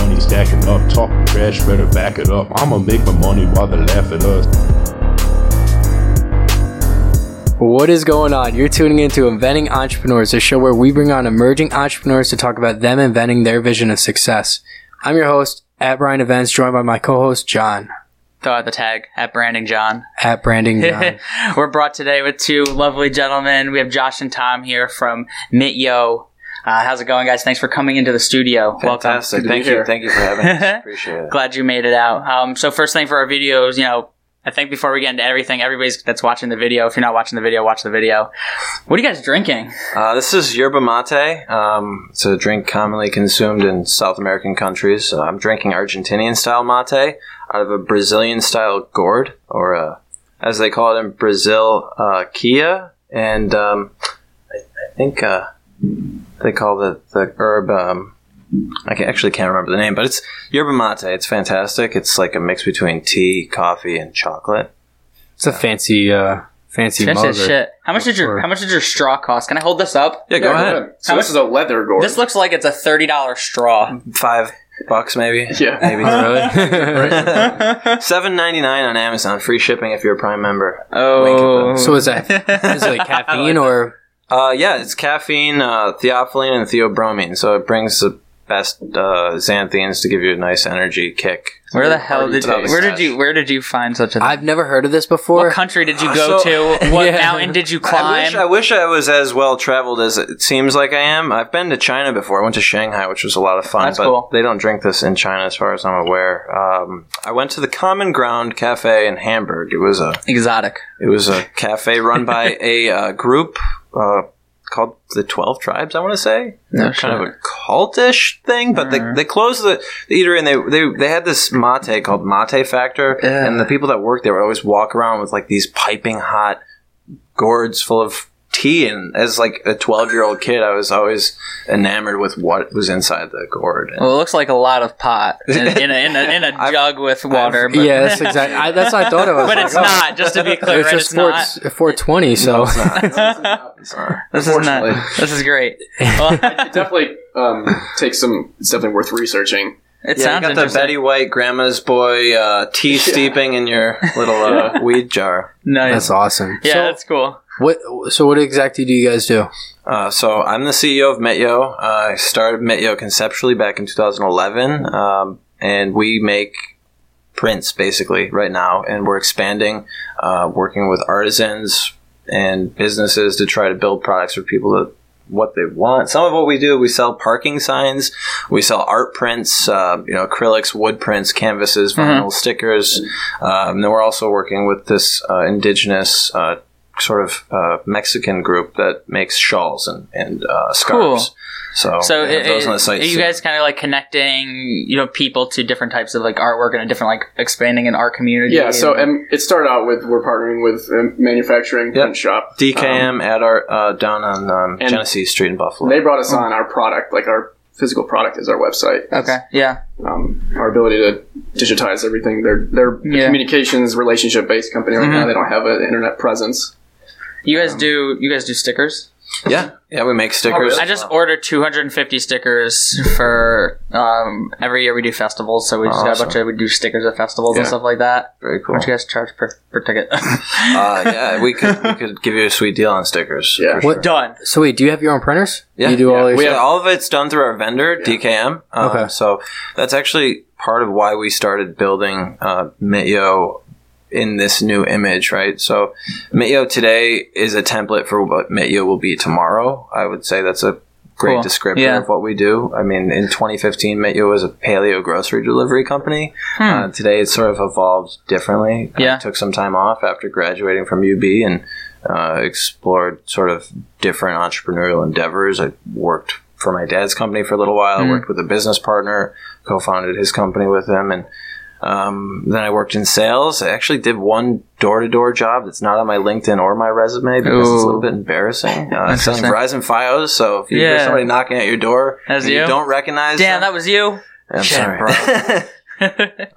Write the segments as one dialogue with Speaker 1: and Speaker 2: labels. Speaker 1: it up. Talk trash, better back it up. I'ma make my money while they laugh at us.
Speaker 2: What is going on? You're tuning into Inventing Entrepreneurs, a show where we bring on emerging entrepreneurs to talk about them inventing their vision of success. I'm your host, at Brian Events, joined by my co-host, John,
Speaker 3: Throw out the tag at Branding John.
Speaker 2: at Branding John.
Speaker 3: We're brought today with two lovely gentlemen. We have Josh and Tom here from MitYo. Uh, how's it going, guys? Thanks for coming into the studio.
Speaker 4: Fantastic.
Speaker 3: Welcome.
Speaker 4: Thank you. Thank you for having us. Appreciate it.
Speaker 3: Glad you made it out. Um, so first thing for our videos, you know, I think before we get into everything, everybody's that's watching the video. If you're not watching the video, watch the video. What are you guys drinking?
Speaker 4: Uh, this is yerba mate. Um, it's a drink commonly consumed in South American countries. Uh, I'm drinking Argentinian style mate out of a Brazilian style gourd, or uh, as they call it in Brazil, uh, kia. And um, I, I think uh, they call the, the herb. Um, I can, actually can't remember the name, but it's yerba mate. It's fantastic. It's like a mix between tea, coffee, and chocolate.
Speaker 2: It's a fancy, uh, fancy
Speaker 3: That's
Speaker 2: mug.
Speaker 3: just shit. How much did your
Speaker 2: Or-
Speaker 3: How much did your straw cost? Can I hold this up?
Speaker 4: Yeah, go ahead.
Speaker 5: So this is a leather gourd.
Speaker 3: This looks like it's a thirty dollar straw.
Speaker 4: Five bucks, maybe.
Speaker 5: Yeah.
Speaker 4: maybe.
Speaker 2: Really?
Speaker 4: Seven ninety nine on Amazon, free shipping if you're a Prime member.
Speaker 3: Oh,
Speaker 2: so is that is it like caffeine or
Speaker 4: Uh, yeah, it's caffeine, uh, theophylline, and theobromine, so it brings the best uh, xanthines to give you a nice energy kick.
Speaker 3: where the hell
Speaker 4: Party
Speaker 3: did you,
Speaker 4: to the
Speaker 3: Where did
Speaker 4: stash.
Speaker 3: you Where did you find such a thing?
Speaker 2: I've never heard of this before.
Speaker 3: What country did you go
Speaker 4: So-
Speaker 3: to? What
Speaker 2: Yeah.
Speaker 3: mountain did you
Speaker 4: I wish, I
Speaker 3: climb?
Speaker 4: wish I was as well traveled as it seems like I am. I've been to China before. I went to Shanghai, which was a lot of fun.
Speaker 3: That's
Speaker 4: but
Speaker 3: cool.
Speaker 4: They don't drink this in China, as far as I'm aware. Um, I went to the Common Ground Cafe in Hamburg. It was a
Speaker 3: Exotic.
Speaker 4: It was a cafe run by a uh, group uh, called the Twelve Tribes. I want to say
Speaker 3: No
Speaker 4: kind of a cultish thing, but they, they closed the, the eatery and they, they they had this mate called Mate Factor,
Speaker 3: Yeah.
Speaker 4: and the people that worked there would always walk around with like these piping hot gourds full of tea. And as like a twelve year old kid, I was always enamored with what was inside the gourd. And
Speaker 3: Well, it looks like a lot of pot in, in a in a, in a jug with water. but,
Speaker 2: yeah, that's exactly. I, that's what I thought of. I was
Speaker 3: but
Speaker 2: like,
Speaker 3: it's
Speaker 2: oh,
Speaker 3: not. Just to be clear,
Speaker 2: It's
Speaker 3: right,
Speaker 2: just
Speaker 3: it's not.
Speaker 2: 4, 420, so
Speaker 4: Sorry.
Speaker 3: This is
Speaker 5: Unfortunately.
Speaker 3: not. This is great. Well,
Speaker 5: it definitely um, takes some. It's definitely worth researching.
Speaker 3: it
Speaker 4: Yeah, you
Speaker 3: sounds
Speaker 4: got the
Speaker 3: interesting.
Speaker 4: Betty White grandma's boy uh, tea steeping in your little uh, weed jar.
Speaker 3: nice.
Speaker 2: that's awesome.
Speaker 3: Yeah,
Speaker 2: so,
Speaker 3: that's cool.
Speaker 2: what so what exactly do you guys do?
Speaker 4: Uh, so I'm the CEO of Metyo. Uh, I started Metyo conceptually back in 2011, um, and we make prints basically right now, and we're expanding, uh, working with artisans and businesses to try to build products for people that what they want. Some of what we do, we sell parking signs, we sell art prints, uh, you know, acrylics, wood prints, canvases, vinyl
Speaker 3: Mm-hmm.
Speaker 4: stickers. Um, then we're also working with this uh, indigenous uh, sort of uh, Mexican group that makes shawls and and uh, scarves. So,
Speaker 3: So,
Speaker 4: we have
Speaker 3: it,
Speaker 4: those on the
Speaker 3: are
Speaker 4: site.
Speaker 3: you
Speaker 4: soon.
Speaker 3: guys kind of like connecting, you know, people to different types of like artwork and a different like expanding an art community?
Speaker 5: Yeah. So
Speaker 3: and,
Speaker 5: and it started out with we're partnering with a manufacturing
Speaker 4: Yep.
Speaker 5: print shop.
Speaker 4: DKM
Speaker 5: Um,
Speaker 4: at our uh, down on um,
Speaker 5: And-
Speaker 4: Genesee Street in Buffalo.
Speaker 5: they brought us on our product, like our physical product is our website.
Speaker 3: okay, yeah,
Speaker 5: Um, our ability to digitize everything. They're they're
Speaker 3: Yeah.
Speaker 5: communications relationship based company right now. They don't have an internet presence.
Speaker 3: you guys do you guys do stickers?
Speaker 4: yeah, yeah, we make stickers.
Speaker 3: I just ordered 250 stickers for um, every year we do festivals, so we just got a bunch of we do stickers at festivals and
Speaker 5: Yeah.
Speaker 3: stuff like that.
Speaker 4: very cool.
Speaker 3: What you guys charge per, per ticket?
Speaker 4: Uh, yeah, we could we could give you a sweet deal on stickers.
Speaker 5: Yeah.
Speaker 4: for
Speaker 2: What-
Speaker 4: sure.
Speaker 3: Done.
Speaker 2: So wait, do you have your own printers?
Speaker 4: Yeah,
Speaker 2: you do all
Speaker 5: yeah.
Speaker 2: your
Speaker 4: We
Speaker 2: stuff?
Speaker 4: have, all of it's done through our vendor DKM. Um,
Speaker 2: Okay.
Speaker 4: so that's actually part of why we started building uh, Mityo in this new image, right? So Mityo today is a template for what Mityo will be tomorrow. I would say that's a great
Speaker 3: Cool.
Speaker 4: descriptor
Speaker 3: Yeah.
Speaker 4: of what we do. I mean, in 2015, Mityo was a paleo grocery delivery company. Uh, today, it's sort of evolved differently.
Speaker 3: Hmm. Yeah.
Speaker 4: I took some time off after graduating from UB and uh, explored sort of different entrepreneurial endeavors. I worked for my dad's company for a little while.
Speaker 3: Hmm.
Speaker 4: I worked with a business partner, co-founded his company with him, and um, then I worked in sales. I actually did one door-to-door job that's not on my LinkedIn or my resume because it's
Speaker 3: Ooh.
Speaker 4: a little bit embarrassing. Uh, selling
Speaker 3: Interesting.
Speaker 4: Verizon FiOS, so if you
Speaker 3: Yeah.
Speaker 4: hear somebody knocking at your door
Speaker 3: That's
Speaker 4: and
Speaker 3: you?
Speaker 4: don't recognize
Speaker 3: Damn,
Speaker 4: them,
Speaker 3: that was you.
Speaker 4: I'm
Speaker 3: Shit,
Speaker 4: sorry.
Speaker 3: bro.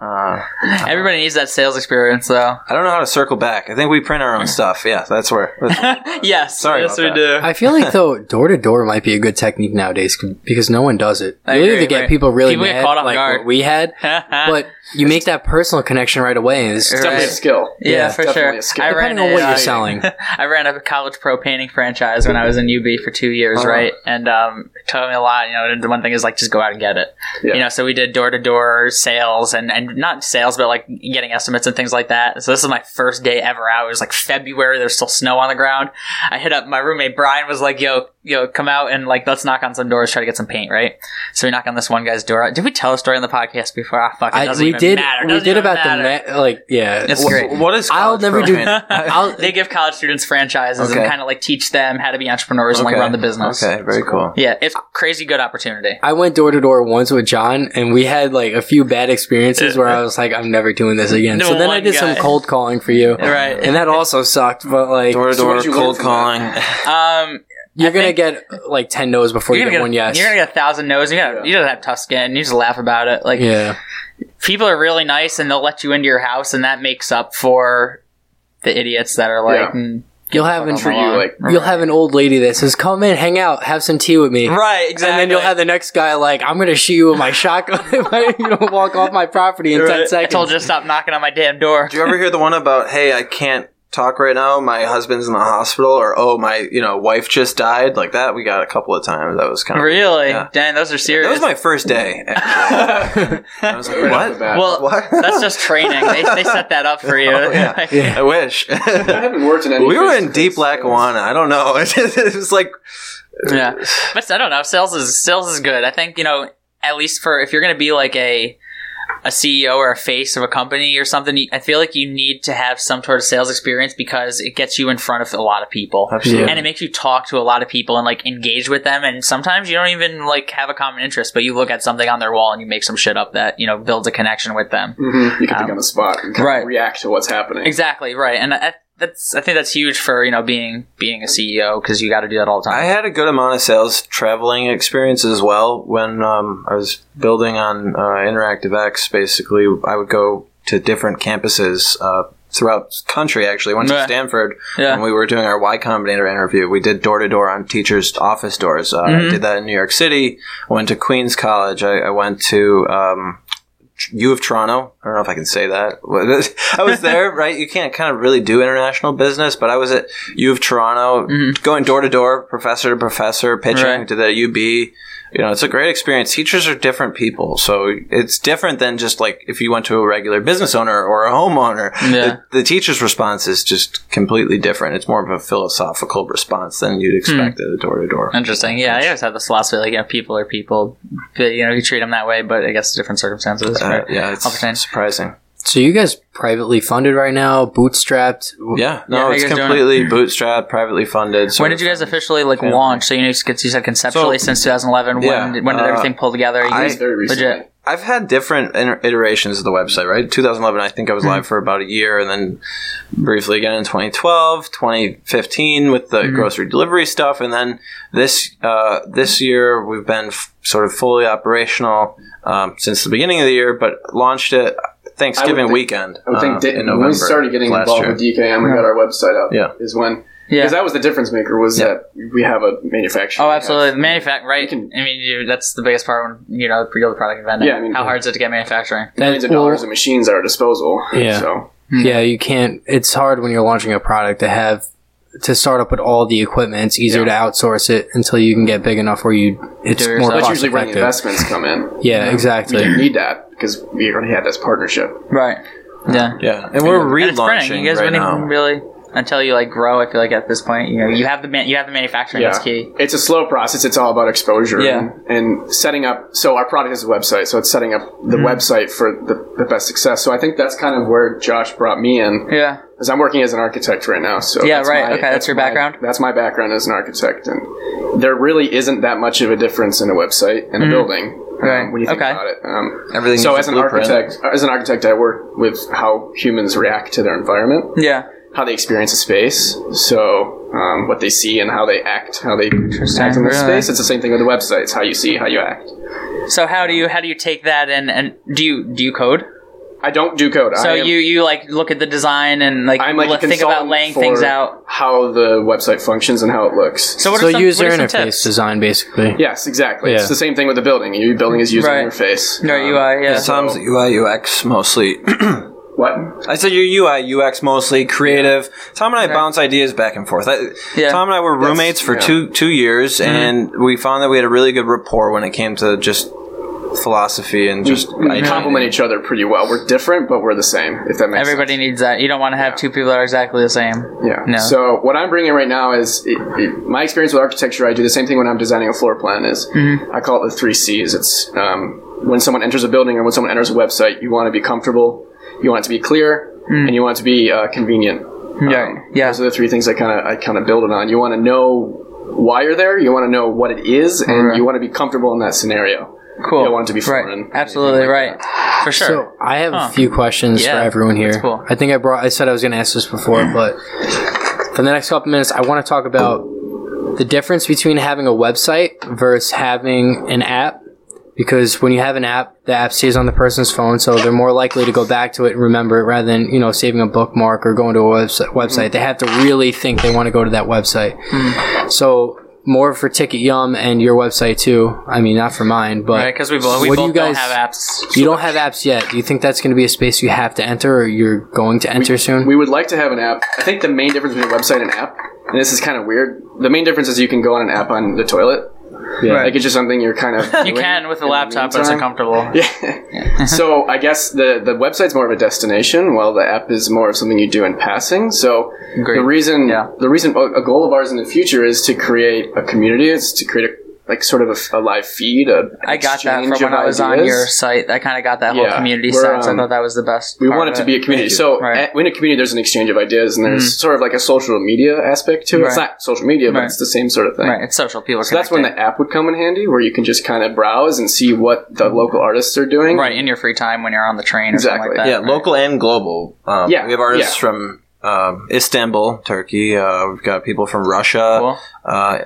Speaker 4: Uh,
Speaker 3: Everybody needs that sales experience, though.
Speaker 4: I don't know how to circle back. I think we print our own stuff. Yeah, that's where. That's,
Speaker 3: yes.
Speaker 4: Sorry
Speaker 3: Yes, we
Speaker 4: about
Speaker 3: do.
Speaker 2: I feel like though door to door might be a good technique nowadays c- because no one does it.
Speaker 3: I
Speaker 2: You
Speaker 3: agree,
Speaker 2: either get
Speaker 3: right.
Speaker 2: people really
Speaker 3: People get
Speaker 2: mad,
Speaker 3: caught off
Speaker 2: like
Speaker 3: guard.
Speaker 2: what we had, but you make that personal connection right away. And it's,
Speaker 3: Right.
Speaker 5: Definitely a skill.
Speaker 3: yeah,
Speaker 2: yeah,
Speaker 3: for
Speaker 5: definitely
Speaker 3: sure.
Speaker 5: a skill.
Speaker 3: I ran
Speaker 2: Depending on
Speaker 3: a,
Speaker 2: what you're
Speaker 3: uh,
Speaker 2: selling.
Speaker 3: I ran a college pro painting franchise when I was in UB for two years,
Speaker 2: Uh-huh.
Speaker 3: right? And um, it taught me a lot. You know, and the one thing is like just go out and get it.
Speaker 5: Yeah.
Speaker 3: You know, so we did door to door sales and and not sales, but like getting estimates and things like that. So this is my first day ever out. It was like February. There's still snow on the ground. I hit up my roommate Brian. Was like, yo, yo, come out and like let's knock on some doors, try to get some paint, right? So we knock on this one guy's door. Did we tell a story on the podcast before? Ah, fuck, it
Speaker 2: I,
Speaker 3: doesn't
Speaker 2: we
Speaker 3: even
Speaker 2: did
Speaker 3: matter.
Speaker 2: we
Speaker 3: Doesn't
Speaker 2: did
Speaker 3: even
Speaker 2: about
Speaker 3: matter.
Speaker 2: the ma- like yeah.
Speaker 3: It's
Speaker 2: Wh-
Speaker 3: great.
Speaker 4: what is?
Speaker 2: I'll
Speaker 4: college
Speaker 2: never
Speaker 4: pro
Speaker 2: do-
Speaker 4: painting?
Speaker 2: I'll,
Speaker 3: they give college students franchises
Speaker 4: Okay.
Speaker 3: and kind of like teach them how to be entrepreneurs and like run the business.
Speaker 4: Okay, very cool.
Speaker 3: Yeah, it's crazy good opportunity.
Speaker 2: I went door to door once with John, and we had like a few bad experiences where I was like, "I'm never doing this again."
Speaker 3: No
Speaker 2: so then I
Speaker 3: one
Speaker 2: did some
Speaker 3: guy.
Speaker 2: cold calling for you,
Speaker 3: Right.
Speaker 2: And that also sucked. But like,
Speaker 4: Door to
Speaker 5: So what
Speaker 4: door,
Speaker 5: did you learn
Speaker 4: cold
Speaker 5: from
Speaker 4: calling.
Speaker 3: Um,
Speaker 2: you're gonna
Speaker 3: think-
Speaker 2: get like ten no's before you
Speaker 3: you're
Speaker 2: get,
Speaker 3: gonna get
Speaker 2: one yes.
Speaker 3: You're gonna get a thousand no's. You gotta you gotta have tough skin. You just laugh about it. Like
Speaker 2: yeah,
Speaker 3: people are really nice and they'll let you into your house, and that makes up for the idiots that are like.
Speaker 5: Yeah.
Speaker 3: mm,
Speaker 2: you'll have an
Speaker 3: fuck
Speaker 5: Treat
Speaker 3: off my
Speaker 5: you
Speaker 3: lawn.
Speaker 5: like
Speaker 2: you'll have an old lady that says, "Come in, hang out, have some tea with me."
Speaker 3: right
Speaker 2: And
Speaker 3: exactly.
Speaker 2: then you'll have the next guy like, I'm gonna shoot you with my shotgun if I, you don't walk off my property in ten
Speaker 3: Right. I
Speaker 2: seconds.
Speaker 3: told you to stop knocking on my damn door.
Speaker 4: Do you ever hear the one about, hey, I can't talk right now, my husband's in the hospital, or oh, my you know wife just died, like that? We got a couple of times. That was kind of.
Speaker 3: Really?
Speaker 4: Yeah.
Speaker 3: Dang, those are serious.
Speaker 4: That was my first day. actually. I was like,
Speaker 5: right off the
Speaker 4: what?
Speaker 5: bat.
Speaker 3: well,
Speaker 4: What?
Speaker 3: that's just training. They, they set that up for you.
Speaker 4: Oh, yeah.
Speaker 2: Yeah.
Speaker 4: I wish.
Speaker 5: I haven't worked in any.
Speaker 4: we were in
Speaker 5: face-to-face
Speaker 4: deep
Speaker 5: sales.
Speaker 4: Lackawanna. I don't know. it was like
Speaker 3: yeah but i don't know sales is sales is good i think you know at least for if you're going to be like a a ceo or a face of a company or something you- i feel like you need to have some sort of sales experience because it gets you in front of a lot of people
Speaker 4: Absolutely.
Speaker 3: and it makes you talk to a lot of people and like engage with them and sometimes you don't even like have a common interest but you look at something on their wall and you make some shit up that you know builds a connection with them
Speaker 5: Mhm. You can
Speaker 3: Um,
Speaker 5: pick on the spot and kind
Speaker 3: right.
Speaker 5: of react to what's happening.
Speaker 3: exactly right and I, that's i think that's huge for you know being being a ceo because you got to do that all the time
Speaker 4: I had a good amount of sales traveling experience as well. When um, I was building on uh, Interactive X, basically, I would go to different campuses uh, throughout the country. Actually, I went
Speaker 3: Yeah.
Speaker 4: to Stanford
Speaker 3: Yeah.
Speaker 4: when we were doing our Y Combinator interview. We did door to door on teachers' office doors. Uh,
Speaker 3: Mm-hmm.
Speaker 4: I did that in New York City. I went to Queens College. I, I went to. Um, U of Toronto. I don't know if I can say that. I was there, right? You can't kind of really do international business, but I was at U of Toronto, going door to door, professor to professor, pitching
Speaker 3: Mm-hmm. Right.
Speaker 4: to the UB. You know, it's a great experience. Teachers are different people, so it's different than just like if you went to a regular business owner or a homeowner.
Speaker 3: Yeah.
Speaker 4: The, the teacher's response is just completely different. It's more of a philosophical response than
Speaker 3: Hmm.
Speaker 4: you'd expect at a door to door.
Speaker 3: Interesting. Yeah, I always have this philosophy like, you know, people are people. But, you know, you treat them that way, but I guess different circumstances.
Speaker 4: Uh,
Speaker 3: right?
Speaker 4: Yeah, it's
Speaker 3: Opportunity.
Speaker 4: surprising.
Speaker 2: so you guys privately funded right now, bootstrapped.
Speaker 4: Yeah,
Speaker 3: Yeah,
Speaker 4: no,
Speaker 3: how
Speaker 4: it's
Speaker 3: you guys doing?
Speaker 4: completely bootstrapped, privately funded.
Speaker 3: When did you guys officially like
Speaker 4: Family.
Speaker 3: launch? So you know, you said you said conceptually
Speaker 4: So-
Speaker 3: since 2011.
Speaker 4: Yeah,
Speaker 3: when did, when did
Speaker 4: uh,
Speaker 3: everything pull together? You
Speaker 4: I-
Speaker 3: guys-
Speaker 5: Very recently.
Speaker 3: legit.
Speaker 4: I've had different iter- iterations of the website, right? 2011, I think I
Speaker 5: Hmm.
Speaker 4: was live for about a year, and then briefly again in 2012, 2015 with
Speaker 5: Hmm.
Speaker 4: the grocery delivery stuff, and then this uh, this year we've been f- sort of fully operational um, since the beginning of the year, but launched it uh, Thanksgiving
Speaker 5: think-
Speaker 4: weekend.
Speaker 5: I would think
Speaker 4: uh,
Speaker 5: Dayton-
Speaker 4: in
Speaker 5: when
Speaker 4: November
Speaker 5: we started getting
Speaker 4: last
Speaker 5: involved
Speaker 4: year.
Speaker 5: with DKM, we got our website up.
Speaker 4: Yeah.
Speaker 5: is when
Speaker 3: Yeah.
Speaker 5: because that was the difference maker was
Speaker 4: Yeah.
Speaker 5: that we have a manufacturer.
Speaker 3: Oh,
Speaker 5: We have-
Speaker 3: absolutely. The manufact, right?
Speaker 5: can-
Speaker 3: I mean, you, that's the biggest part when you know you build the product and vendor.
Speaker 5: Yeah, I mean-
Speaker 3: how hard is it to get manufacturing?
Speaker 5: millions of
Speaker 2: Well-
Speaker 5: dollars of machines at our disposal.
Speaker 2: Yeah.
Speaker 5: So
Speaker 3: Hmm.
Speaker 2: Yeah, you can't. It's hard when you're launching a product to have to start up with all the equipment. It's easier to outsource it until you can get big enough where you it's
Speaker 3: Do
Speaker 2: more cost
Speaker 3: it yourself. That's
Speaker 5: that's usually where the
Speaker 2: effective.
Speaker 5: investments come in.
Speaker 2: yeah, exactly.
Speaker 5: You need that because we already had this partnership.
Speaker 3: Right. Yeah.
Speaker 4: Yeah, and we're
Speaker 3: And it's printing.
Speaker 4: relaunching
Speaker 3: You guys
Speaker 4: right
Speaker 3: wouldn't
Speaker 4: now.
Speaker 3: even really until you like grow. I feel like at this point, you know, you have the man, you have the manufacturing. That's key.
Speaker 5: It's a slow process. It's all about exposure
Speaker 3: Yeah.
Speaker 5: and, and setting up. So our product is a website, so it's setting up the
Speaker 3: Mm-hmm.
Speaker 5: website for the, the best success. So I think that's kind of where Josh brought me in,
Speaker 3: Yeah.
Speaker 5: because I'm working as an architect right now. So
Speaker 3: Yeah,
Speaker 5: that's
Speaker 3: right. Okay, that's your
Speaker 5: my-
Speaker 3: background?
Speaker 5: That's my background as an architect, and there really isn't that much of a difference in a website and a building. um,
Speaker 3: Mm-hmm. Right.
Speaker 5: when you think
Speaker 3: Okay.
Speaker 5: about it, um,
Speaker 4: Everything
Speaker 5: So
Speaker 4: needs
Speaker 5: as
Speaker 4: a
Speaker 5: an
Speaker 4: blueprint.
Speaker 5: architect, as an architect, I work with how humans react to their environment
Speaker 3: Yeah.
Speaker 5: how they experience a space. So um, what they see and how they act, how they act in the
Speaker 3: Really?
Speaker 5: space. It's the same thing with the websites, how you see, how you act.
Speaker 3: So how do you how do you take that and and do you do you code?
Speaker 5: I don't do code.
Speaker 3: So
Speaker 5: I am,
Speaker 3: you you like look at the design and like,
Speaker 5: I'm like a
Speaker 3: look- think about
Speaker 5: consultant
Speaker 3: laying
Speaker 5: for
Speaker 3: things out.
Speaker 5: how the website functions and how it looks.
Speaker 3: So what
Speaker 2: so
Speaker 3: are some,
Speaker 2: user
Speaker 3: what are some
Speaker 2: interface
Speaker 3: tips?
Speaker 2: design, basically.
Speaker 5: Yes, exactly.
Speaker 2: Yeah.
Speaker 5: It's the same thing with the building. Your building is user
Speaker 3: Right.
Speaker 5: interface.
Speaker 3: No
Speaker 5: Um,
Speaker 3: UI, yeah.
Speaker 4: Sometimes UI UX mostly.
Speaker 5: What?
Speaker 3: Mm-hmm.
Speaker 4: I said your UI UX mostly creative. Tom and I bounce ideas back and forth. I,
Speaker 3: Yeah.
Speaker 4: Tom and I were roommates for
Speaker 5: yeah.
Speaker 4: two two years, and we found that we had a really good rapport when it came to just philosophy and just
Speaker 5: we
Speaker 4: idea-
Speaker 5: complement each other pretty well. We're different, but we're the same. If that makes
Speaker 3: Everybody needs that. You don't want to have two people that are exactly the same.
Speaker 5: sense. Yeah.
Speaker 3: No.
Speaker 5: So what I'm bringing right now is it, it, my experience with architecture. I do the same thing when I'm designing a floor plan. Is
Speaker 3: Mm-hmm.
Speaker 5: I call it the three C's. It's um, when someone enters a building or when someone enters a website, you want to be comfortable, you want it to be clear, and you want it to be uh, convenient.
Speaker 3: Right. Mm. Yeah.
Speaker 5: Those are the three things I kind of I kind of build it on. You want to know why you're there. You want to know what it is, and
Speaker 3: Right.
Speaker 5: you want to be comfortable in that scenario.
Speaker 3: cool.
Speaker 5: You don't want it to be foreign.
Speaker 3: right. Absolutely right. For sure.
Speaker 2: So I have
Speaker 3: Huh.
Speaker 2: a few questions for
Speaker 3: Yeah,
Speaker 2: everyone here.
Speaker 3: that's cool.
Speaker 2: I think I brought. I said I was going to ask this before, but for the next couple minutes, I want to talk about the difference between having a website versus having an app. Because when you have an app, the app stays on the person's phone, so they're more likely to go back to it and remember it rather than you know saving a bookmark or going to a website.
Speaker 3: Mm-hmm.
Speaker 2: website. They have to really think they want to go to that website.
Speaker 3: Mm.
Speaker 2: So more for Ticket Yum and your website too. I mean, not for mine, but
Speaker 3: right, because we both, we
Speaker 2: what do you
Speaker 3: both don't
Speaker 2: guys
Speaker 3: have apps.
Speaker 2: you don't have apps yet. Do you think that's going to be a space you have to enter or you're going to enter soon?
Speaker 5: We would like to have an app. I think the main difference between a website and app, and this is kind of weird. The main difference is you can go on an app on the toilet.
Speaker 2: Yeah.
Speaker 5: Like it's just something you're kind of.
Speaker 3: You can with a laptop, but it's
Speaker 5: meantime-
Speaker 3: uncomfortable.
Speaker 5: Yeah. so I guess the the website's more of a destination, while the app is more of something you do in passing. So
Speaker 3: Agreed.
Speaker 5: the reason
Speaker 3: Yeah.
Speaker 5: the reason oh, a a goal of ours in the future is to create a community. It's to create a like sort of a f- a, live feed. A, an
Speaker 3: I got that from
Speaker 5: exchange
Speaker 3: when
Speaker 5: of
Speaker 3: I was on
Speaker 5: ideas.
Speaker 3: your site. I kind of got that whole
Speaker 5: Yeah,
Speaker 3: community
Speaker 5: we're,
Speaker 3: stuff. so I
Speaker 5: um,
Speaker 3: thought that was the best.
Speaker 5: We
Speaker 3: part
Speaker 5: want it
Speaker 3: of
Speaker 5: to be a community. So
Speaker 3: Right. Mm.
Speaker 5: at- in a community, there's an exchange of ideas, and there's sort of like a social media aspect to it. It's
Speaker 3: Right.
Speaker 5: not social media, but
Speaker 3: Right.
Speaker 5: it's the same sort of thing.
Speaker 3: right. It's social. People.
Speaker 5: So that's when the app would come in handy, where you can just kind of browse and see what the local artists are doing.
Speaker 3: right in your free time when you're on the train or something like
Speaker 5: Exactly.
Speaker 3: that.
Speaker 4: Yeah,
Speaker 3: right?
Speaker 4: local and global. Um,
Speaker 5: Yeah,
Speaker 4: we have artists
Speaker 5: yeah.
Speaker 4: from um, Istanbul, Turkey. Uh, we've got people from Russia.
Speaker 3: Cool.
Speaker 4: Uh,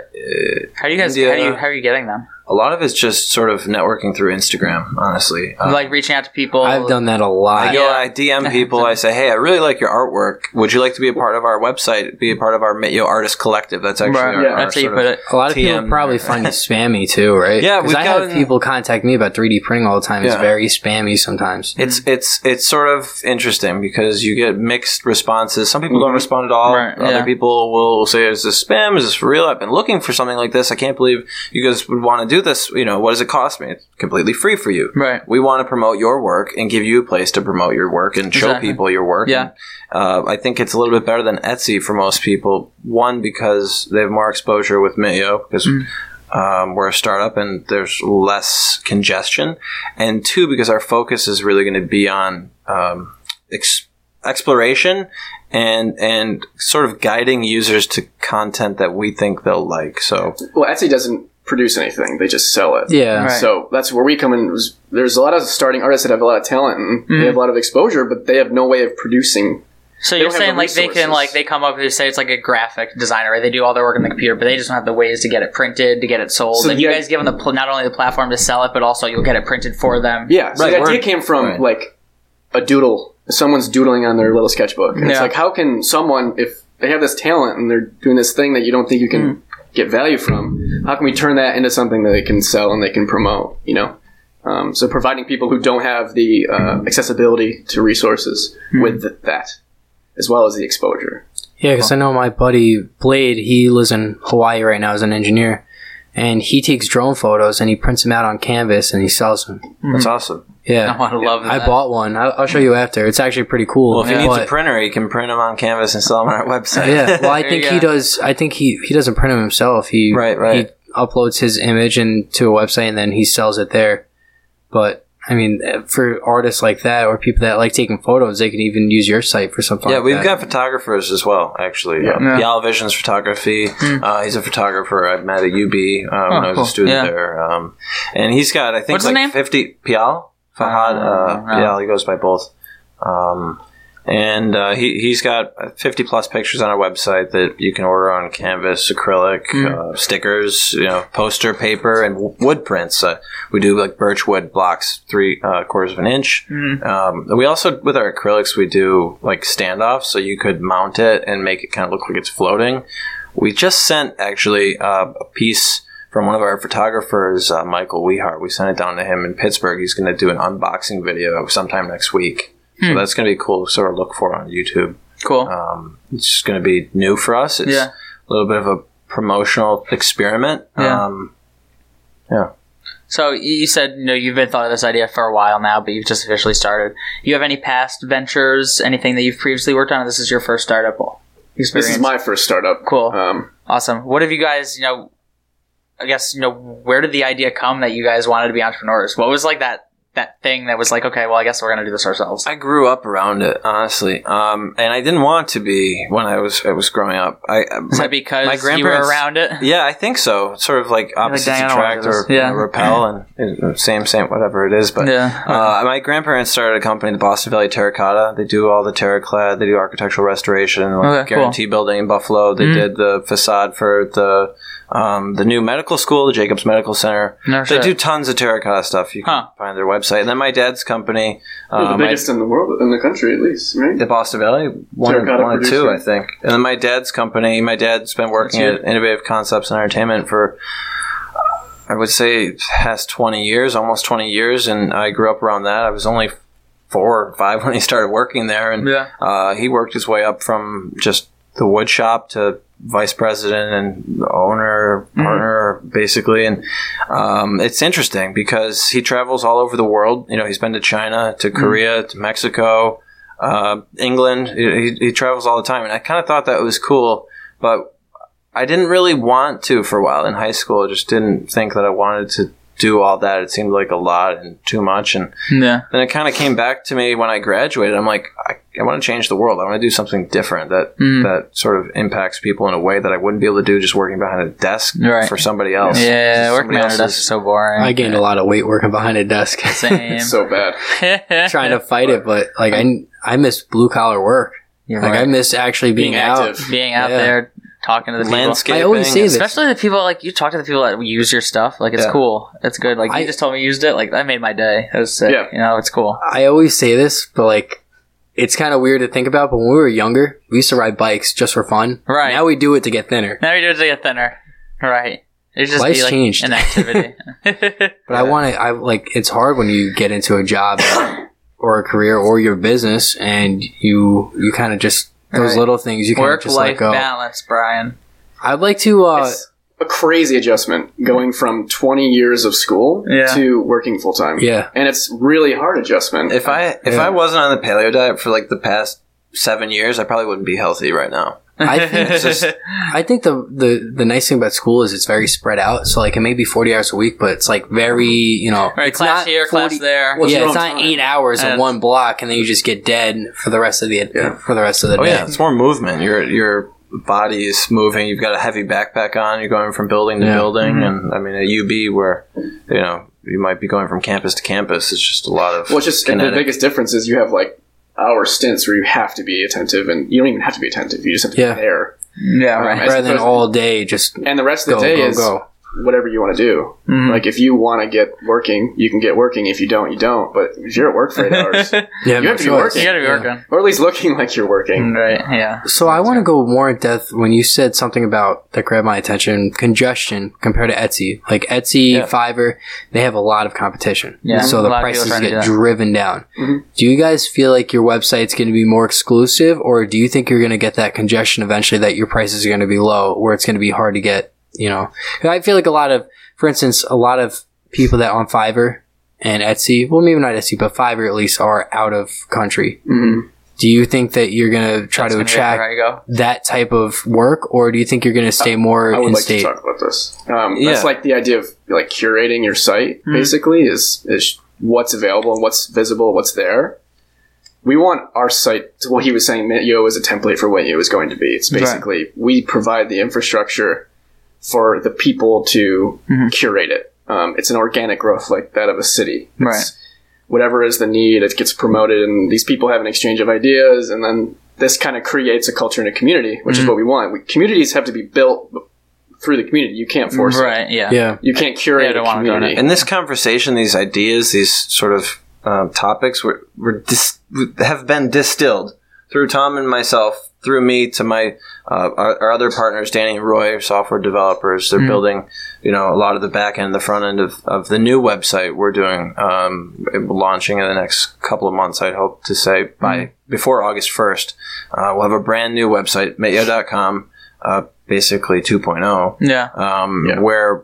Speaker 3: How do you guys?
Speaker 4: India.
Speaker 3: How do you? How are you getting them?
Speaker 4: a lot of it's just sort of networking through Instagram, honestly. Uh,
Speaker 3: like reaching out to people.
Speaker 2: I've done that a lot.
Speaker 4: I go,
Speaker 3: Yeah.
Speaker 4: I DM people. I say, "Hey, I really like your artwork. Would you like to be a part of our website? Be a part of our Mityo Artist Collective? That's actually
Speaker 3: Right.
Speaker 4: our,
Speaker 5: Yeah.
Speaker 4: our
Speaker 3: That's how you
Speaker 4: sort
Speaker 3: put
Speaker 4: of-
Speaker 3: it.
Speaker 2: a lot of people
Speaker 4: TM.
Speaker 2: probably find you spammy too, right?
Speaker 4: Yeah,
Speaker 2: because
Speaker 4: we've
Speaker 2: I have
Speaker 4: gotten-
Speaker 2: people contact me about 3D printing all the time. It's
Speaker 4: Yeah.
Speaker 2: very spammy sometimes.
Speaker 4: It's it's it's sort of interesting because you get mixed responses. Some people don't respond at all.
Speaker 3: Right,
Speaker 4: Other
Speaker 3: yeah.
Speaker 4: people will say, "Is this spam? Is this for real? I've been looking for something like this. I can't believe you guys would want to do this. You know, what does it cost me? It's completely free for you.
Speaker 3: Right.
Speaker 4: We want to promote your work and give you a place to promote your work and show
Speaker 3: Exactly.
Speaker 4: people your work.
Speaker 3: Yeah.
Speaker 4: And, uh, I think it's a little bit better than Etsy for most people. One because they have more exposure with Mitio because
Speaker 3: Mm.
Speaker 4: um, we're a startup and there's less congestion, and two because our focus is really going to be on um, ex- exploration and and sort of guiding users to content that we think they'll like. So
Speaker 5: Well, Etsy doesn't produce anything; they just sell it.
Speaker 2: Yeah.
Speaker 3: Right.
Speaker 5: So that's where we come in. is There's a lot of starting artists that have a lot of talent and
Speaker 3: Mm.
Speaker 5: they have a lot of exposure, but they have no way of producing.
Speaker 3: So you're
Speaker 5: don't have the
Speaker 3: saying like they can
Speaker 5: resources.
Speaker 3: like they come up and say it's like a graphic designer, right? They do all their work on the computer, but they just don't have the ways to get it printed, to get it sold.
Speaker 5: So
Speaker 3: and
Speaker 5: the
Speaker 3: you
Speaker 5: i-
Speaker 3: guys give them the pl- not only the platform to sell it, but also you'll get it printed for them.
Speaker 5: Yeah. So
Speaker 4: Right,
Speaker 5: the idea
Speaker 4: we're-
Speaker 5: came from
Speaker 4: right.
Speaker 5: like a doodle. Someone's doodling on their little sketchbook, and it's
Speaker 3: Yeah.
Speaker 5: like, how can someone, if they have this talent and they're doing this thing that you don't think you
Speaker 4: Hmm.
Speaker 5: can get value from, how can we turn that into something that they can sell and they can promote? You know. Um, so providing people who don't have the uh, accessibility to resources
Speaker 4: Hmm.
Speaker 5: with that, as well as the exposure.
Speaker 2: Yeah, because I know my buddy Blade, he lives in Hawaii right now as an engineer, and he takes drone photos and he prints them out on canvas and he sells them.
Speaker 3: Mm.
Speaker 4: that's awesome.
Speaker 2: Yeah.
Speaker 3: I want to love that.
Speaker 2: I bought one. I'll, I'll show you after. It's actually pretty cool.
Speaker 4: Well, if he needs a
Speaker 2: but-
Speaker 4: printer, he can print them on Canvas and sell them on our website.
Speaker 2: Yeah. Well, I
Speaker 3: There
Speaker 2: think
Speaker 3: you
Speaker 2: he
Speaker 3: go.
Speaker 2: does. I think he he doesn't print them himself. He
Speaker 4: Right, right.
Speaker 2: He uploads his image into a website and then he sells it there. But I mean, for artists like that or people that like taking photos, they can even use your site for something.
Speaker 4: Yeah,
Speaker 2: like
Speaker 4: we've
Speaker 2: that.
Speaker 4: got photographers as well, actually. Uh, Yal Visions Photography. Uh, he's a photographer I met at UB uh, when
Speaker 3: Hmm.
Speaker 4: I was
Speaker 3: Oh, cool.
Speaker 4: a student
Speaker 3: Yeah.
Speaker 4: there. Um, and he's got, I think,
Speaker 3: What's his
Speaker 4: like
Speaker 3: name?
Speaker 4: 50. Pial? Fahad? Uh,
Speaker 3: Oh, no.
Speaker 4: Pial, he goes by both. Um, and uh, he he's got fifty plus pictures on our website that you can order on canvas, acrylic, uh, stickers, you know, poster paper, and w- wood prints. Uh, we do like birch wood blocks, three uh, quarters of an inch. Um, we also with our acrylics we do like standoffs, so you could mount it and make it kind of look like it's floating. We just sent actually uh, a piece from one of our photographers, uh, Michael Wehart. We sent it down to him in Pittsburgh. He's going to do an unboxing video sometime next week.
Speaker 3: Hmm.
Speaker 4: So that's going to be cool. to Sort of look for on YouTube.
Speaker 3: Cool.
Speaker 4: Um, it's just going to be new for us. It's
Speaker 3: Yeah.
Speaker 4: a little bit of a promotional experiment.
Speaker 3: Yeah.
Speaker 4: Um,
Speaker 3: So y- you said no, you've been thought of this idea for a while now, but you've just officially started. You have any past ventures, anything that you've previously worked on? This is your first startup experience.
Speaker 5: This is my first startup.
Speaker 3: Cool.
Speaker 5: Um,
Speaker 3: awesome. What have you guys? You know, I guess you know where did the idea come that you guys wanted to be entrepreneurs? What was like that that thing that was like, okay, well, I guess we're gonna do this ourselves.
Speaker 4: I grew up around it, honestly, um, and I didn't want to be when I was I was growing up. I
Speaker 3: Is
Speaker 4: my-
Speaker 3: that because
Speaker 4: my
Speaker 3: you were
Speaker 4: grandparents-
Speaker 3: around it?
Speaker 4: Yeah, I think so. Sort of like opposites
Speaker 3: "Dang, I don't wanna
Speaker 4: attract
Speaker 3: do
Speaker 4: or
Speaker 3: this."
Speaker 4: you know,
Speaker 3: Yeah.
Speaker 4: repel, and, and same, same, whatever it is. But
Speaker 3: Yeah.
Speaker 4: uh, my grandparents started a company, the Boston Valley Terracotta. They do all the terraclad. They do architectural restoration, like
Speaker 3: Okay, cool. Mm-hmm.
Speaker 4: guarantee building in Buffalo. They did the facade for the um, the new medical school, the Jacobs Medical Center.
Speaker 3: No
Speaker 4: they
Speaker 3: shit.
Speaker 4: do tons of terracotta stuff. You can
Speaker 3: Huh.
Speaker 4: find their website. And then my dad's company,
Speaker 5: you're
Speaker 4: uh,
Speaker 5: the
Speaker 4: my-
Speaker 5: biggest in the world, in the country at least, right?
Speaker 4: the Boston Valley, one, or-
Speaker 5: Terracotta
Speaker 4: one or two,
Speaker 5: producer.
Speaker 4: I think. And then my dad's company, my dad's been working
Speaker 3: That's
Speaker 4: at Innovative Concepts and Entertainment for, I would say, past 20 years, almost 20 years. And I grew up around that. I was only four or five when he started working there. And
Speaker 3: Yeah.
Speaker 4: uh, he worked his way up from just the wood shop to vice president and owner, partner, basically. And um, it's interesting because he travels all over the world. You know, he's been to China, to Korea, to Mexico, uh, England. He, he travels all the time, and I kind of thought that was cool, but I didn't really want to for a while in high school. I just didn't think that I wanted to do all that. It seemed like a lot and too much, and
Speaker 3: Yeah.
Speaker 4: then it kind of came back to me when I graduated. I'm like, I, I want to change the world. I want to do something different that
Speaker 3: Mm.
Speaker 4: that sort of impacts people in a way that I wouldn't be able to do just working behind a desk
Speaker 3: Right.
Speaker 4: for somebody else.
Speaker 3: Yeah,
Speaker 4: Somebody
Speaker 3: working behind a
Speaker 4: else's-
Speaker 3: desk is so boring.
Speaker 2: I gained a lot of weight working behind a desk,
Speaker 3: Same.
Speaker 5: It's so bad.
Speaker 2: trying to fight it. But like I, I miss blue collar work.
Speaker 3: You're
Speaker 2: Like I
Speaker 3: right.
Speaker 2: miss actually being,
Speaker 5: Being
Speaker 2: out.
Speaker 5: active.
Speaker 3: being out
Speaker 2: Yeah.
Speaker 3: there talking to the people.
Speaker 4: Landscaping.
Speaker 2: I always say this.
Speaker 3: Especially the people like you talk to the people that use your stuff. Like it's
Speaker 4: Yeah.
Speaker 3: cool. It's good. Like
Speaker 2: I-
Speaker 3: you just told me you used it. Like that made my day. That was sick.
Speaker 5: Yeah.
Speaker 3: You know, it's cool.
Speaker 2: I always say this, but like it's kind of weird to think about. But when we were younger, we used to ride bikes just for fun.
Speaker 3: Right.
Speaker 2: now we do it to get thinner.
Speaker 3: Now you're doing it thinner. Right. It just
Speaker 2: Life's
Speaker 3: be like
Speaker 2: changed.
Speaker 3: an activity.
Speaker 2: But I want to. I like it's hard when you get into a job or a career or your business, and you you kind of just those
Speaker 3: Right.
Speaker 2: little things you kind of
Speaker 3: Work
Speaker 2: just let
Speaker 3: life
Speaker 2: go.
Speaker 3: balance, Brian.
Speaker 2: I'd like to. uh
Speaker 5: It's a crazy adjustment going from 20 years of school
Speaker 3: Yeah.
Speaker 5: to working full time.
Speaker 2: Yeah.
Speaker 5: And it's really hard adjustment.
Speaker 4: If I if
Speaker 2: Yeah.
Speaker 4: I wasn't on the paleo diet for like the past seven years, I probably wouldn't be healthy right now.
Speaker 2: I think I think the, the the nice thing about school is it's very spread out. So like it may be forty hours a week, but it's like very you know
Speaker 3: Right,
Speaker 2: it's
Speaker 3: class
Speaker 2: not
Speaker 3: here, class there.
Speaker 5: Well, it's
Speaker 2: yeah,
Speaker 5: your
Speaker 2: it's
Speaker 5: own
Speaker 2: not
Speaker 5: time.
Speaker 2: eight hours in
Speaker 3: And-
Speaker 2: one block, and then you just get dead for the rest of the for the rest of the
Speaker 4: Oh
Speaker 2: day.
Speaker 4: yeah, it's more movement. Your your body is moving. You've got a heavy backpack on. You're going from building to
Speaker 2: Yeah.
Speaker 4: building,
Speaker 3: Mm-hmm.
Speaker 4: and I mean at UB where you know you might be going from campus to campus. It's just a lot of
Speaker 5: well, it's just
Speaker 4: kinetic.
Speaker 5: the biggest difference is you have like hour stints where you have to be attentive and you don't even have to be attentive. You just have to
Speaker 2: Yeah.
Speaker 5: be there.
Speaker 3: yeah, right.
Speaker 5: Right.
Speaker 2: Rather than
Speaker 5: Supposed-
Speaker 2: all day just
Speaker 5: And the rest of
Speaker 2: go
Speaker 5: the day
Speaker 2: go
Speaker 5: is
Speaker 2: go.
Speaker 5: whatever you want to do.
Speaker 3: Hmm. Mm-hmm.
Speaker 5: Like if you want to get working, you can get working. If you don't, you don't. But if you're at work for eight hours,
Speaker 2: Yeah,
Speaker 5: you have to be working.
Speaker 3: You gotta be
Speaker 2: Yeah.
Speaker 3: working.
Speaker 5: or at least looking like you're working.
Speaker 3: Right. Yeah.
Speaker 2: So I want to go more in depth when you said something about that grabbed my attention. Congestion compared to Etsy, like Etsy,
Speaker 4: Yeah.
Speaker 2: Fiverr, they have a lot of competition.
Speaker 3: Yeah,
Speaker 2: so the
Speaker 3: a lot of
Speaker 2: prices
Speaker 3: people trying to do
Speaker 2: get
Speaker 3: that. Mm-hmm.
Speaker 2: driven down. Do you guys feel like your website's going to be more exclusive, or do you think you're going to get that congestion eventually that your prices are going to be low, where it's going to be hard to get? You know, 'Cause I feel like a lot of, for instance, a lot of people that on Fiverr and Etsy, well, maybe not Etsy, but Fiverr at least are out of country.
Speaker 5: Mhm.
Speaker 2: Do you think that you're going to try
Speaker 3: That's
Speaker 2: to
Speaker 3: gonna be
Speaker 2: attract?
Speaker 3: How you go.
Speaker 2: that type of work, or do you think you're going to stay more
Speaker 5: I would
Speaker 2: in
Speaker 5: like
Speaker 2: state?
Speaker 5: to talk about this. Um, That's
Speaker 4: Yeah.
Speaker 5: like the idea of like curating your site.
Speaker 2: Hmm.
Speaker 5: Basically, is is what's available and what's visible, what's there. We want our site. To, what he was saying, Yo is a template for what Yo is going to be. It's basically we provide the infrastructure for the
Speaker 2: Mm-hmm.
Speaker 5: people to curate it. Um, it's an organic growth like that of a city. It's- whatever is the need, it gets promoted, and these people have an exchange of ideas, and then this kind of creates a culture and a community, which
Speaker 3: Mm-hmm.
Speaker 5: is what we want. We, communities have to be built through the community. You can't force it.
Speaker 3: Right. Yeah.
Speaker 2: Yeah.
Speaker 5: You can't curate
Speaker 3: Yeah,
Speaker 5: a
Speaker 3: I don't wanna
Speaker 5: community.
Speaker 4: in this conversation, these ideas, these sort of um, topics, were, were dis- have been distilled through Tom and myself, through me to my uh, our, our other partners, Danny and Roy, are software developers. They're building, you know, a lot of the back end, the front end of, of the new website we're doing, um, launching in the next couple of months. I'd hope to say by before August first, uh, we'll have a brand new website, metyo.com, uh, basically 2.0
Speaker 3: Yeah.
Speaker 4: um, where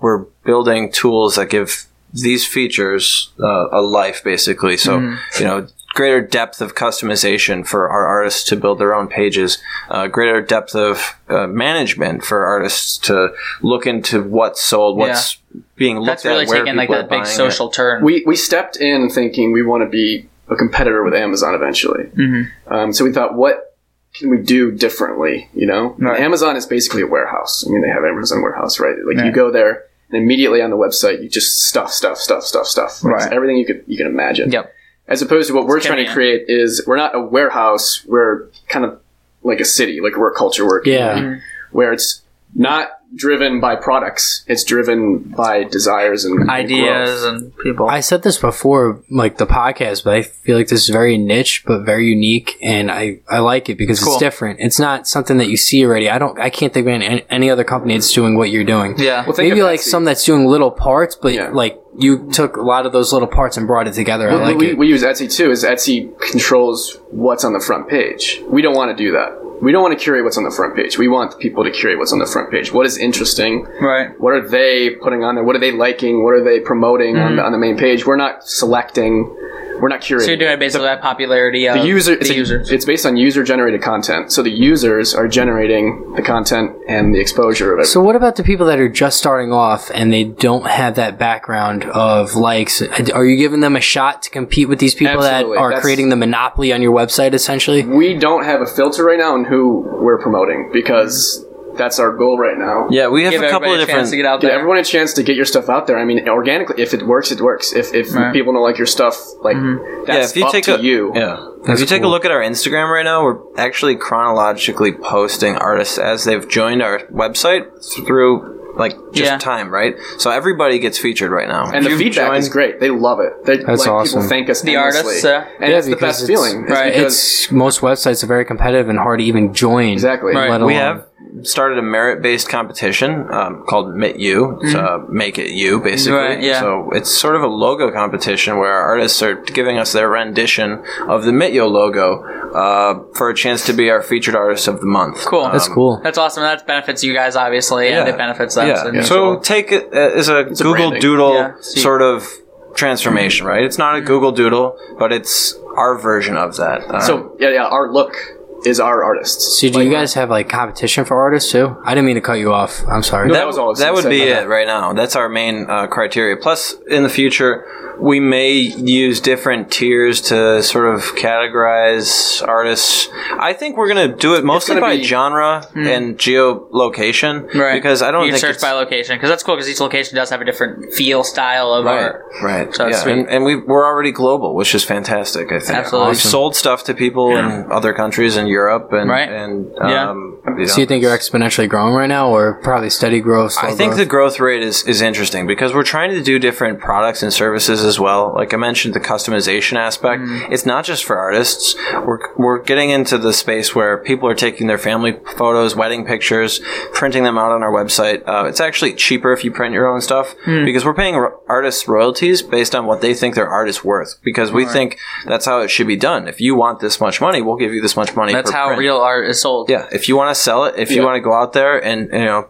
Speaker 4: we're building tools that give these features uh, a life, basically. So
Speaker 3: Mm-hmm.
Speaker 4: you know, greater depth of customization for our artists to build their own pages, uh, greater depth of uh, management for artists to look into what's sold, what's being looked
Speaker 3: That's
Speaker 4: at,
Speaker 3: really
Speaker 4: where
Speaker 3: taking like
Speaker 4: people are
Speaker 3: that big
Speaker 4: buying it.
Speaker 3: social turn.
Speaker 5: we we stepped in thinking we want to be a competitor with Amazon eventually.
Speaker 3: Mhm.
Speaker 5: Um, so we thought, what can we do differently? You know, And
Speaker 3: Right.
Speaker 5: Amazon is basically a warehouse. I mean, they have Amazon warehouse, right? Like you
Speaker 3: Right.
Speaker 5: go there and immediately on the website, you just stuff, stuff, stuff, stuff, stuff. Like, it's
Speaker 3: Right.
Speaker 5: Everything you could you can imagine.
Speaker 3: Yep.
Speaker 5: As opposed to what we're
Speaker 3: It's
Speaker 5: trying to
Speaker 3: convenient.
Speaker 5: create is we're not a warehouse. We're kind of like a city, like we're a culture, we're a
Speaker 2: Yeah.
Speaker 5: community, where it's not driven by products. It's driven by desires and and growth.
Speaker 3: Ideas and people.
Speaker 2: I said this before, like the podcast, but I feel like this is very niche, but very unique, and I, I like it because it's,
Speaker 3: Cool.
Speaker 2: different. It's not something that you see already. I don't, I can't think of any, any other company that's doing what you're doing.
Speaker 3: yeah.
Speaker 5: Well, think
Speaker 2: Maybe
Speaker 5: of
Speaker 2: like
Speaker 5: Etsy.
Speaker 2: some that's doing little parts, but
Speaker 5: Yeah.
Speaker 2: like you took a lot of those little parts and brought it together. I
Speaker 5: Well,
Speaker 2: like
Speaker 5: we,
Speaker 2: it.
Speaker 5: we use Etsy too. Is Etsy controls what's on the front page? We don't want to do that. We don't want to curate what's on the front page. We want the people to curate what's on the front page. What is interesting?
Speaker 3: Right.
Speaker 5: What are they putting on there? What are they liking? What are they promoting on, the, on the main page? We're not selecting. We're not curating.
Speaker 3: Mm-hmm. So you're doing it based on that popularity of
Speaker 5: the user.
Speaker 3: The
Speaker 5: it's a-
Speaker 3: user.
Speaker 5: It's based on user generated content. So the users are generating the content and the exposure of it.
Speaker 2: So what about the people that are just starting off and they don't have that background of likes? Are you giving them a shot to compete with these people
Speaker 5: Absolutely.
Speaker 2: that are
Speaker 5: That's-
Speaker 2: creating the monopoly on your website essentially?
Speaker 5: we don't have a filter right now on who we're promoting because that's our goal right now.
Speaker 4: Yeah, we have
Speaker 3: Give
Speaker 4: a couple
Speaker 3: everybody
Speaker 4: of
Speaker 3: a chance
Speaker 4: different.
Speaker 3: to get out
Speaker 5: Give
Speaker 3: there.
Speaker 5: everyone a chance to get your stuff out there. I mean, organically, if it works, it works. If if
Speaker 3: Right.
Speaker 5: people don't like your stuff, like
Speaker 2: Mm-hmm.
Speaker 4: yeah,
Speaker 5: that's
Speaker 4: if you
Speaker 5: up
Speaker 4: take
Speaker 5: to
Speaker 4: a,
Speaker 5: you.
Speaker 4: Yeah. if you take a look at our Instagram right now, we're actually chronologically posting artists as they've joined our website through like just
Speaker 3: Yeah.
Speaker 4: time, right? So everybody gets featured right now.
Speaker 5: And the
Speaker 4: If you've
Speaker 5: feedback
Speaker 4: joined-
Speaker 5: is great. They love it. They,
Speaker 2: That's
Speaker 5: like,
Speaker 2: awesome.
Speaker 5: People thank us.
Speaker 3: The
Speaker 5: endlessly.
Speaker 3: artists, uh,
Speaker 5: and
Speaker 2: Yeah,
Speaker 5: it's the
Speaker 2: because
Speaker 5: best
Speaker 2: it's-
Speaker 5: feeling. It's
Speaker 3: right,
Speaker 5: because-
Speaker 2: It's most websites are very competitive and hard to even join.
Speaker 5: Exactly.
Speaker 3: Right.
Speaker 2: let
Speaker 4: We
Speaker 2: alone-
Speaker 4: have started a merit-based competition um, called Mit You, it's, uh,
Speaker 5: Mm-hmm.
Speaker 4: make it you, basically.
Speaker 3: Right, yeah.
Speaker 4: So it's sort of a logo competition where our artists are giving us their rendition of the Mit You logo uh, for a chance to be our featured artist of the month.
Speaker 3: Cool.
Speaker 2: That's cool.
Speaker 3: That's awesome. That benefits you guys, obviously, and
Speaker 4: Um, Yeah.
Speaker 3: it benefits us.
Speaker 4: Yeah.
Speaker 3: and it's
Speaker 4: So
Speaker 3: cool.
Speaker 4: take it uh, as a
Speaker 5: a
Speaker 4: Google
Speaker 5: branding.
Speaker 4: Doodle
Speaker 3: Yeah. Mm-hmm.
Speaker 4: sort of transformation, right? It's not a Google Doodle, but it's our version of that. Uh,
Speaker 5: so yeah, yeah. Our look is our artists.
Speaker 2: So do you guys have like competition for artists too? I didn't mean to cut you off. I'm sorry.
Speaker 5: No.
Speaker 4: that,
Speaker 5: that was all I was
Speaker 4: that
Speaker 5: gonna
Speaker 4: would
Speaker 5: say
Speaker 4: be
Speaker 5: about
Speaker 4: it right now. That's our main uh, criteria. Plus, in the future, we may use different tiers to sort of categorize artists. I think we're going to do it mostly
Speaker 5: gonna
Speaker 4: by
Speaker 5: be- Hmm.
Speaker 4: genre and geolocation,
Speaker 3: Right.
Speaker 4: because I don't
Speaker 3: you can
Speaker 4: think
Speaker 3: search
Speaker 4: it's-
Speaker 3: by location because that's cool because each location does have a different feel style of
Speaker 4: Right,
Speaker 3: art.
Speaker 4: right.
Speaker 3: So
Speaker 4: yeah.
Speaker 3: sweet.
Speaker 4: And, and we we're already global, which is fantastic. I think
Speaker 3: Absolutely.
Speaker 4: we've sold stuff to people in other countries in Europe and
Speaker 3: Right.
Speaker 4: and
Speaker 3: Yeah.
Speaker 4: um, you
Speaker 2: So
Speaker 4: know.
Speaker 2: you think you're exponentially growing right now, or probably steady growth? Slow
Speaker 4: I think the
Speaker 2: growth?
Speaker 4: growth rate is, is interesting because we're trying to do different products and services as well. Like I mentioned, the customization aspect.
Speaker 3: Mm-hmm.
Speaker 4: It's not just for artists. We're, we're getting into the space where people are taking their family photos, wedding pictures, printing them out on our website. Uh, it's actually cheaper if you print your own stuff
Speaker 3: Mm.
Speaker 4: because we're paying ro- artists royalties based on what they think their art is worth because we think that's how it should be done. If you want this much money, we'll give you this much money.
Speaker 3: That's
Speaker 4: per
Speaker 3: how
Speaker 4: print.
Speaker 3: real art is sold.
Speaker 4: Yeah, if you want to sell it, if you
Speaker 5: Yeah.
Speaker 4: want to go out there and you know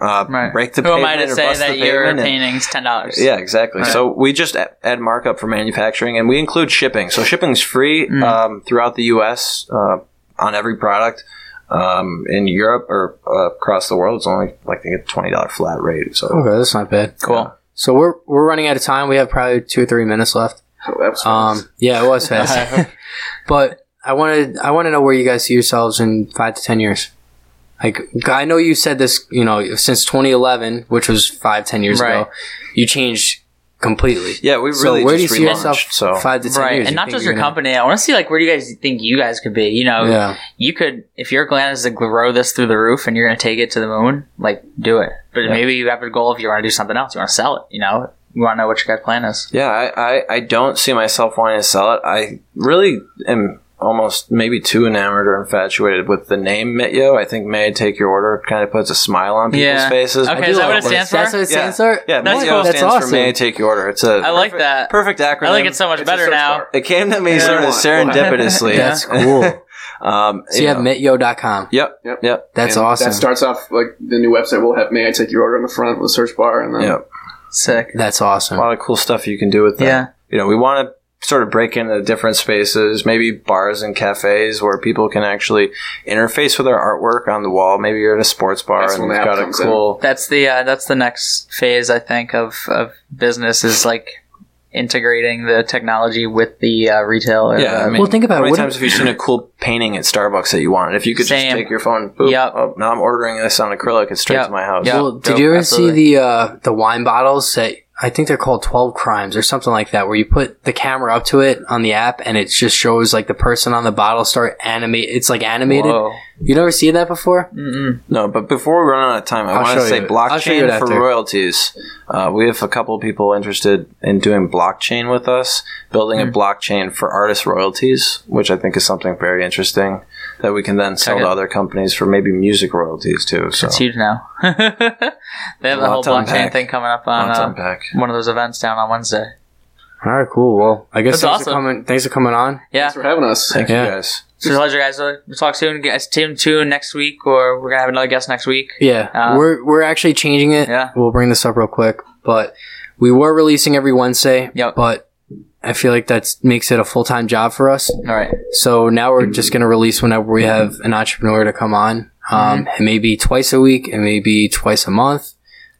Speaker 4: uh,
Speaker 3: Right.
Speaker 4: break the
Speaker 3: Who am I
Speaker 4: pavement
Speaker 3: to
Speaker 4: or
Speaker 3: say
Speaker 4: bust the
Speaker 3: that your
Speaker 4: pavement, and-
Speaker 3: painting's ten dollars?
Speaker 4: yeah, exactly. So we just a- add markup for manufacturing, and we include shipping. So shipping's free
Speaker 3: Mm.
Speaker 4: um, throughout the U.S. Uh, on every product. Um, in Europe or uh, across the world, it's only like I think a twenty dollar flat rate. So
Speaker 2: Okay, that's not bad.
Speaker 4: cool.
Speaker 2: So we're we're running out of time. We have probably two or three minutes left.
Speaker 5: Oh, that was fast.
Speaker 2: Um, yeah, it was fast, but I wanted I want to know where you guys see yourselves in five to ten years. Like I know you said this, you know, since 2011, which was five ten years
Speaker 3: Right.
Speaker 2: ago, you changed completely.
Speaker 4: Yeah, we
Speaker 2: so
Speaker 4: really
Speaker 2: where do you
Speaker 4: just
Speaker 2: see yourself
Speaker 4: relaunched, so.
Speaker 2: five to ten
Speaker 3: right
Speaker 2: years?
Speaker 3: and
Speaker 2: You
Speaker 3: not
Speaker 2: think
Speaker 3: just
Speaker 2: you're
Speaker 3: your
Speaker 2: gonna-
Speaker 3: company i want to see like where do you guys think you guys could be you know
Speaker 2: Yeah.
Speaker 3: you could if your plan is to grow this through the roof and you're going to take it to the moon like do it but maybe you have a goal if you want to do something else you want to sell it you know you want to know what your guys' plan is
Speaker 4: Yeah, I, I, I don't see myself wanting to sell it. I really am almost maybe too enamored or infatuated with the name Mityo. I think May I Take Your Order kind of puts a smile on people's
Speaker 3: Yeah.
Speaker 4: faces.
Speaker 3: Okay,
Speaker 4: I
Speaker 3: is
Speaker 4: do
Speaker 3: that what
Speaker 4: like
Speaker 3: it stands for?
Speaker 2: That's what it
Speaker 4: Yeah.
Speaker 2: stands for.
Speaker 4: Yeah,
Speaker 3: That's
Speaker 4: Mityo
Speaker 3: cool.
Speaker 4: stands
Speaker 2: That's
Speaker 4: for May I
Speaker 2: awesome.
Speaker 4: Take Your Order. It's a
Speaker 3: i like
Speaker 4: perfect-
Speaker 3: that
Speaker 4: perfect acronym.
Speaker 3: i like it so much
Speaker 5: It's a
Speaker 3: better
Speaker 5: search
Speaker 3: now
Speaker 5: bar.
Speaker 4: It came to me
Speaker 5: Yeah.
Speaker 4: sort of serendipitously.
Speaker 2: That's cool.
Speaker 4: Um,
Speaker 2: So you have
Speaker 4: know.
Speaker 2: mityo.com.
Speaker 4: Yep.
Speaker 5: Yep.
Speaker 4: Yep.
Speaker 2: That's
Speaker 5: And
Speaker 2: awesome.
Speaker 5: That starts off like the new website. will have "May I take your order" on the front with a search bar, and then
Speaker 4: Yep.
Speaker 3: sick
Speaker 2: That's awesome.
Speaker 4: A lot of cool stuff you can do with that.
Speaker 3: Yeah.
Speaker 4: You know, we want to sort of break into different spaces, maybe bars and cafes where people can actually interface with our artwork on the wall. Maybe you're at a sports bar
Speaker 5: That's
Speaker 4: and
Speaker 5: when
Speaker 4: we've
Speaker 5: the app
Speaker 4: got a
Speaker 5: comes in.
Speaker 4: cool.
Speaker 3: that's the uh, that's the next phase I think of of business is like integrating the technology with the uh, retail.
Speaker 4: Yeah, I
Speaker 3: uh,
Speaker 4: mean,
Speaker 2: Well, think about
Speaker 4: how
Speaker 2: it.
Speaker 4: many
Speaker 2: What
Speaker 4: times have you seen a cool painting at Starbucks that you wanted? If you could
Speaker 3: Same.
Speaker 4: just take your phone, boop,
Speaker 3: Yep.
Speaker 4: oh, now I'm ordering this on acrylic. It's straight
Speaker 3: Yep.
Speaker 4: to my house.
Speaker 3: Yep.
Speaker 2: well,
Speaker 3: dope,
Speaker 2: did you ever
Speaker 3: absolutely.
Speaker 2: see the uh, the wine bottles that I think they're called Twelve Crimes or something like that, where you put the camera up to it on the app and it just shows like the person on the bottle start animate. It's like animated.
Speaker 3: whoa.
Speaker 2: You never seen that before?
Speaker 3: Mm-mm.
Speaker 4: No, but before we run out of time, I
Speaker 2: I'll
Speaker 4: want to
Speaker 2: show
Speaker 4: say
Speaker 2: you it. I'll show you it
Speaker 4: blockchain for
Speaker 2: after.
Speaker 4: royalties. Uh, we have a couple of people interested in doing blockchain with us, building
Speaker 2: Hmm.
Speaker 4: a blockchain for artist royalties, which I think is something very interesting that we can then sell
Speaker 3: Okay.
Speaker 4: to other companies for maybe music royalties too. So
Speaker 3: It's huge now. they have the
Speaker 4: Lot
Speaker 3: whole
Speaker 4: to
Speaker 3: blockchain
Speaker 4: unpack.
Speaker 3: thing coming up on
Speaker 4: Lot to
Speaker 3: uh,
Speaker 4: unpack.
Speaker 3: one of those events down on Wednesday.
Speaker 2: All right, cool. Well, I guess
Speaker 3: That's
Speaker 2: thanks for
Speaker 3: awesome.
Speaker 2: coming. Thanks for coming on.
Speaker 3: Yeah,
Speaker 5: thanks for having us.
Speaker 4: Thank
Speaker 2: Yeah.
Speaker 4: you guys.
Speaker 3: it's a pleasure, guys. We'll talk soon. Guys, tune tune next week, or we're gonna have another guest next week.
Speaker 2: Yeah,
Speaker 3: Uh,
Speaker 2: we're we're actually changing it.
Speaker 3: Yeah.
Speaker 2: we'll bring this up real quick, but we were releasing every Wednesday.
Speaker 3: Yep.
Speaker 2: but I feel like that makes it a full time job for us.
Speaker 3: All right.
Speaker 2: So now we're just going to release whenever we have an entrepreneur to come on. Um, and maybe twice a week and maybe twice a month.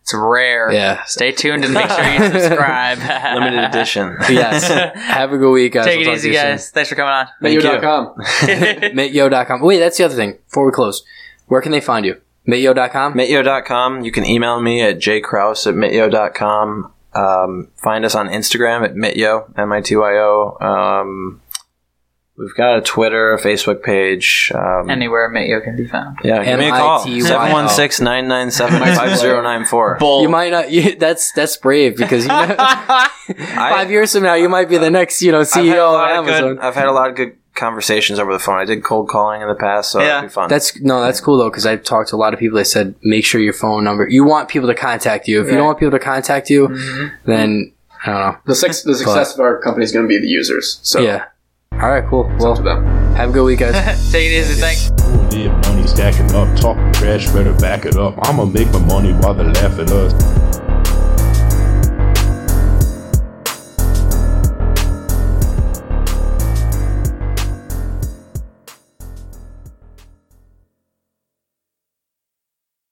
Speaker 3: It's rare.
Speaker 2: Yeah.
Speaker 3: Stay tuned and make sure you subscribe.
Speaker 4: Limited edition.
Speaker 2: Yes. have a good week, guys.
Speaker 3: Take
Speaker 2: We'll
Speaker 3: it
Speaker 2: talk to
Speaker 3: easy,
Speaker 2: you soon.
Speaker 3: guys. Thanks for coming on.
Speaker 4: Thank you.
Speaker 5: Mayo.com.
Speaker 2: Mityo.com. Wait, that's the other thing. Before we close, where can they find you? Mityo.com?
Speaker 4: Mityo.com. You can email me at jkraus at mityo.com. Um, find us on Instagram at mityo, M I T Y O. Um, we've got a Twitter, a Facebook page. Um,
Speaker 3: Anywhere Mayo can be found.
Speaker 4: yeah, give me a call.
Speaker 2: M I T Y O.
Speaker 4: 716 997 5094.
Speaker 3: Bull.
Speaker 2: You might not. You, that's that's brave because you know, five years from now you might be the next you know
Speaker 4: I've had, a
Speaker 2: CEO
Speaker 4: lot
Speaker 2: of
Speaker 4: of
Speaker 2: Amazon.
Speaker 4: good, I've had a lot of good conversations over the phone. I did cold calling in the past, so
Speaker 3: Yeah.
Speaker 4: that'd be fun.
Speaker 2: That's no, that's cool though because I've talked to a lot of people that said make sure your phone number. You want people to contact you. If you
Speaker 3: Right.
Speaker 2: don't want people to contact you, then I don't know.
Speaker 5: The, six, the success of our company is going to be the users. So
Speaker 2: Yeah. All right, cool. Well,
Speaker 5: to them.
Speaker 2: have a good week, guys.
Speaker 3: Take it easy. Thanks.
Speaker 1: Live money stacking up, talking trash, better back it up. I'ma make my money while they laugh at us.